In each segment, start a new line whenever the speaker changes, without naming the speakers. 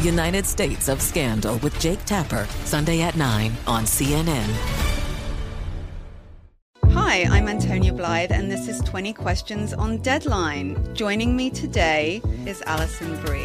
United States of Scandal with Jake Tapper, Sunday at 9 on CNN.
Hi, I'm Antonia Blythe, and this is 20 Questions on Deadline. Joining me today is Alison Bree.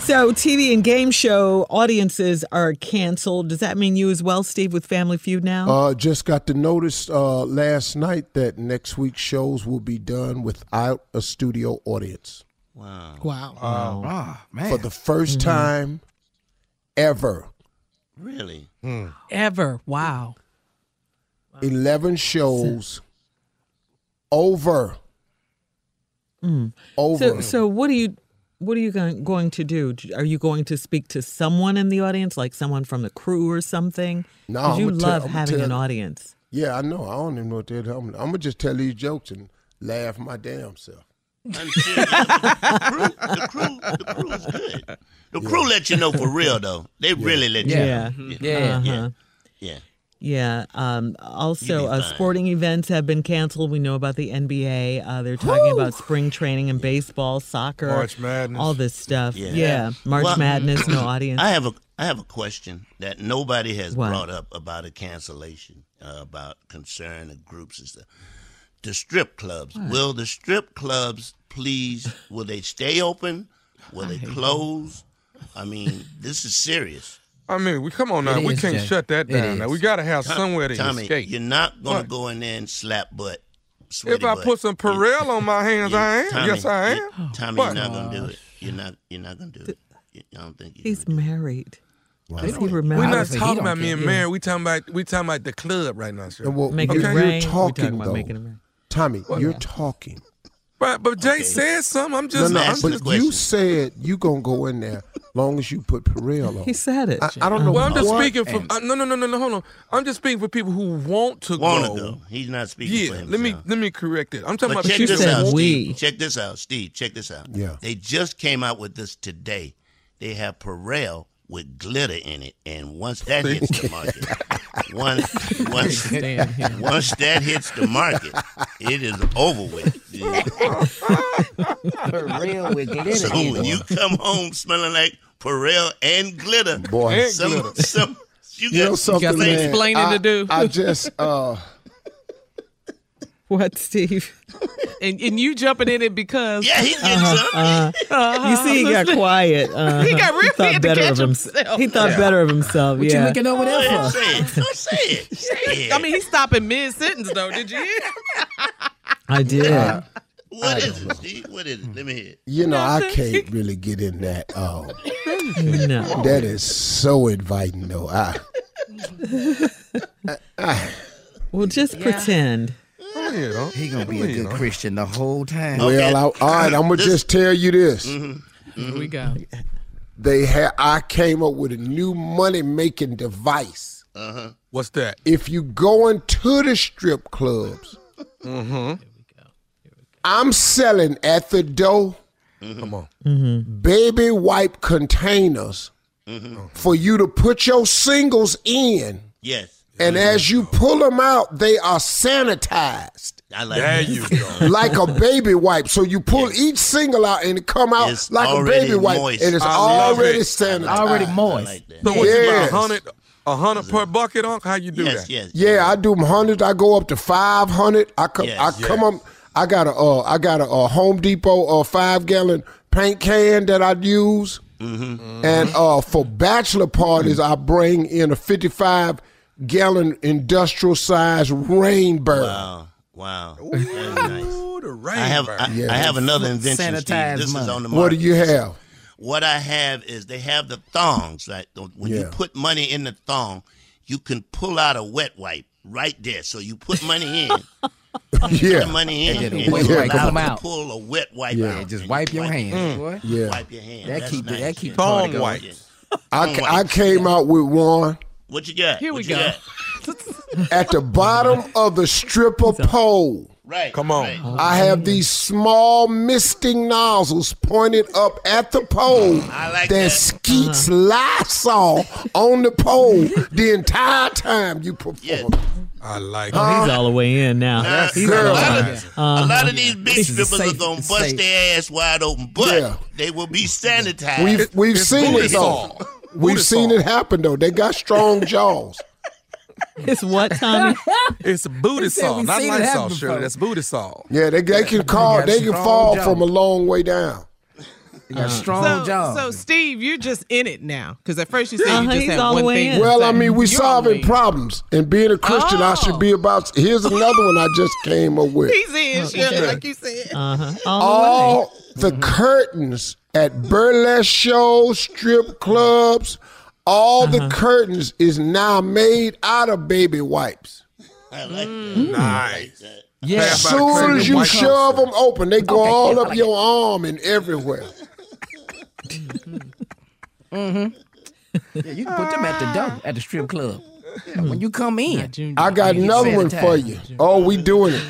So, TV and game show audiences are canceled. Does that mean you as well, Steve, with Family Feud now?
Uh, just got the notice uh, last night that next week's shows will be done without a studio audience.
Wow. Wow.
Uh, wow.
Ah,
man. For the 1st mm-hmm. time ever.
Really?
Mm. Ever. Wow.
11 shows so, over.
Mm.
Over.
So, so, what do you what are you going to do? Are you going to speak to someone in the audience, like someone from the crew or something?
No, nah,
you love
tell,
having
tell,
an audience.
Yeah, I know. I don't even know what they're. I'm, I'm gonna just tell these jokes and laugh my damn self.
the, crew, the crew, the crew's good. The crew yeah. let you know for real though. They yeah. really let you.
Yeah,
know. yeah,
yeah,
yeah. Uh-huh. yeah.
Yeah. Um, also, uh, sporting events have been canceled. We know about the NBA. Uh, they're talking Woo! about spring training and baseball, soccer,
March Madness,
all this stuff. Yeah, yeah. March well, Madness, no audience.
I have a I have a question that nobody has what? brought up about a cancellation uh, about concern of groups and stuff. The strip clubs. What? Will the strip clubs please? will they stay open? Will they close? That. I mean, this is serious.
I mean, we come on now. It we is, can't Jay. shut that down. Now we got to have Tom, somewhere to
Tommy,
escape.
You're not gonna what? go in there and slap butt.
If I
butt.
put some Perel on my hands,
you,
I am.
Tommy,
yes, I am.
You, Tommy, what? you're not gonna do it. You're not. You're not gonna do it. I don't think
he's married.
Wow. He We're not talking about me and yeah. Mary. We talking about we talking about the club right now, sir.
Well, okay. You're rain.
talking,
talking
though.
Making
Tommy, what? you're yeah. talking.
But but Jay okay. said something. I'm just.
No,
no, I'm
but
just,
you said you gonna go in there long as you put Perel on.
He said it.
I, I don't know.
Well, I'm just speaking for. Uh, no, no, no, no, no. Hold on. I'm just speaking for people who want to
want
go.
To go. He's not speaking.
Yeah.
For himself.
let me let me correct it. I'm talking
but
about
check
people
this out,
who
Steve. We. Check this out, Steve. Check this out.
Yeah.
They just came out with this today. They have Perel with glitter in it, and once that hits the market. once once, once that hits the market, it is over with. Yeah.
For real with glitter.
So when you come home smelling like Perel and glitter,
boy, and
some,
glitter.
some you,
you
got,
know something,
you got
man,
uh,
explaining
I,
to do.
I just uh,
What, Steve?
and and you jumping in it because
yeah, he's getting uh-huh, something.
Uh, uh-huh. You see, he got quiet. Uh-huh.
He got really
thought better of himself. himself. He thought yeah. better of himself.
What
yeah.
you looking over there
for? Say it. Don't say it. Say it.
I mean, he's stopping mid sentence though. Did you? Hear?
I did. Uh,
what I is it, Steve? What is it? Let me hear.
You know, I can't really get in that. Um,
no.
That is so inviting, though. I,
I, I well, just yeah. pretend.
Yeah. He gonna be a good Christian the whole time.
Well, I, all right, I'm gonna just tell you this.
Mm-hmm. Mm-hmm. we go.
They had. I came up with a new money making device.
Uh-huh.
What's that?
If you go into the strip clubs, mm-hmm. I'm selling at the door.
Mm-hmm. Come on,
baby wipe containers
Mm-hmm.
for you to put your singles in.
Yes.
And as you pull them out, they are sanitized.
I like
there
that.
you go.
like a baby wipe. So you pull yes. each single out and it come out it's like a baby wipe,
moist.
and it's I already it. sanitized,
already moist. Like
so what yes. you hundred, a hundred per bucket, on How you do
yes,
that?
Yes,
yeah, I do them hundred. I go up to five hundred. I come, I come up. I got a, uh, I got a, uh, Home Depot uh, five gallon paint can that I use, mm-hmm. Mm-hmm. and uh, for bachelor parties, mm-hmm. I bring in a fifty five gallon industrial size rain bird.
Wow. Wow. Ooh, Oh. nice.
the rain
I have I, yes. I, have another invention. Sanitized Steve. This money. is on the market.
What do you have?
What I have is they have the thongs, right? When yeah. you put money in the thong, you can pull out a wet wipe right there. So you put money in.
You yeah.
Put money in.
And wet yeah. wipe come out.
Pull a wet wipe
yeah.
out.
Yeah, just wipe your hands, boy.
Yeah.
Wipe your hands.
That That's keep nice. that keep
thong wipe.
I, I came out with one.
What you got?
Here
what
we go.
At the bottom of the stripper pole.
Right.
Come on.
Right.
Oh, I have these small misting nozzles pointed up at the pole
I like
that, skeets uh-huh. Lysol on the pole the entire time you perform. Yeah.
I like
oh, He's all the way in now.
now
he's
girl, a, lot of, uh, a lot of these big strippers are going to bust their ass wide open, but yeah. they will be sanitized.
We've, we've it's seen it all. We've seen it happen though. They got strong jaws.
It's what, Tommy?
it's booty saw, not light saw, Shirley. That's booty saw.
Yeah, they, they can call. They, they can fall jaw. from a long way down.
They got uh, strong
so,
jaws.
So, Steve, you're just in it now because at first you said uh-huh, you just had one thing.
Well, I mean, we solving problems, and being a Christian, oh. I should be about. Here's another one I just came up with.
He's in, Shirley, yeah. like you said. Uh-huh.
All, All the, the curtains at burlesque shows, strip clubs. All uh-huh. the curtains is now made out of baby wipes.
I like mm.
Nice. Like
yeah. As soon as you shove them open, they go okay, all yeah, up like your it. arm and everywhere.
mm-hmm. mm-hmm. Yeah, you can put them at the door at the strip club. Yeah, when you come in,
June, I got another one for you. Oh, we doing it.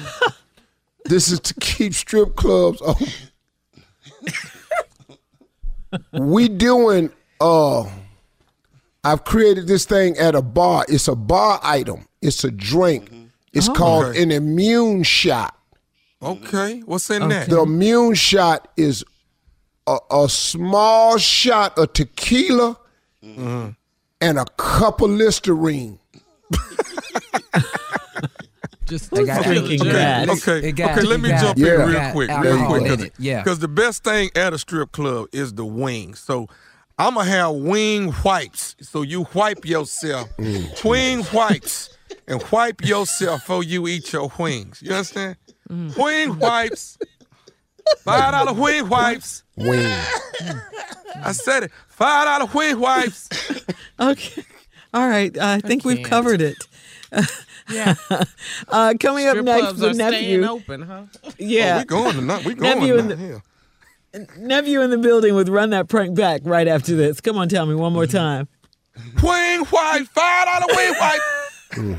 this is to keep strip clubs open. we doing uh I've created this thing at a bar. It's a bar item. It's a drink. It's oh, called okay. an immune shot.
Okay. What's in okay. that?
The immune shot is a, a small shot of tequila mm-hmm. and a cup of Listerine.
just
okay. drinking
okay.
that.
Okay, got, okay. Let me got, jump yeah. in real quick, real quick, because yeah. the best thing at a strip club is the wings. So. I'ma have wing wipes, so you wipe yourself. Mm. Twing wipes, and wipe yourself before you eat your wings. You understand? Mm. Wing wipes, five dollar wing wipes.
Wing.
I said it. Five dollar wing wipes.
okay. All right. I think I we've covered it. Yeah. uh, coming
Strip
up next,
the
nephew.
Open, huh?
Oh,
Yeah.
we going tonight. We going nephew tonight. The,
yeah. Nephew in the building with run that prank back right after this. Come on, tell me one more time.
Wing Mm-hmm. white, five dollar wing white.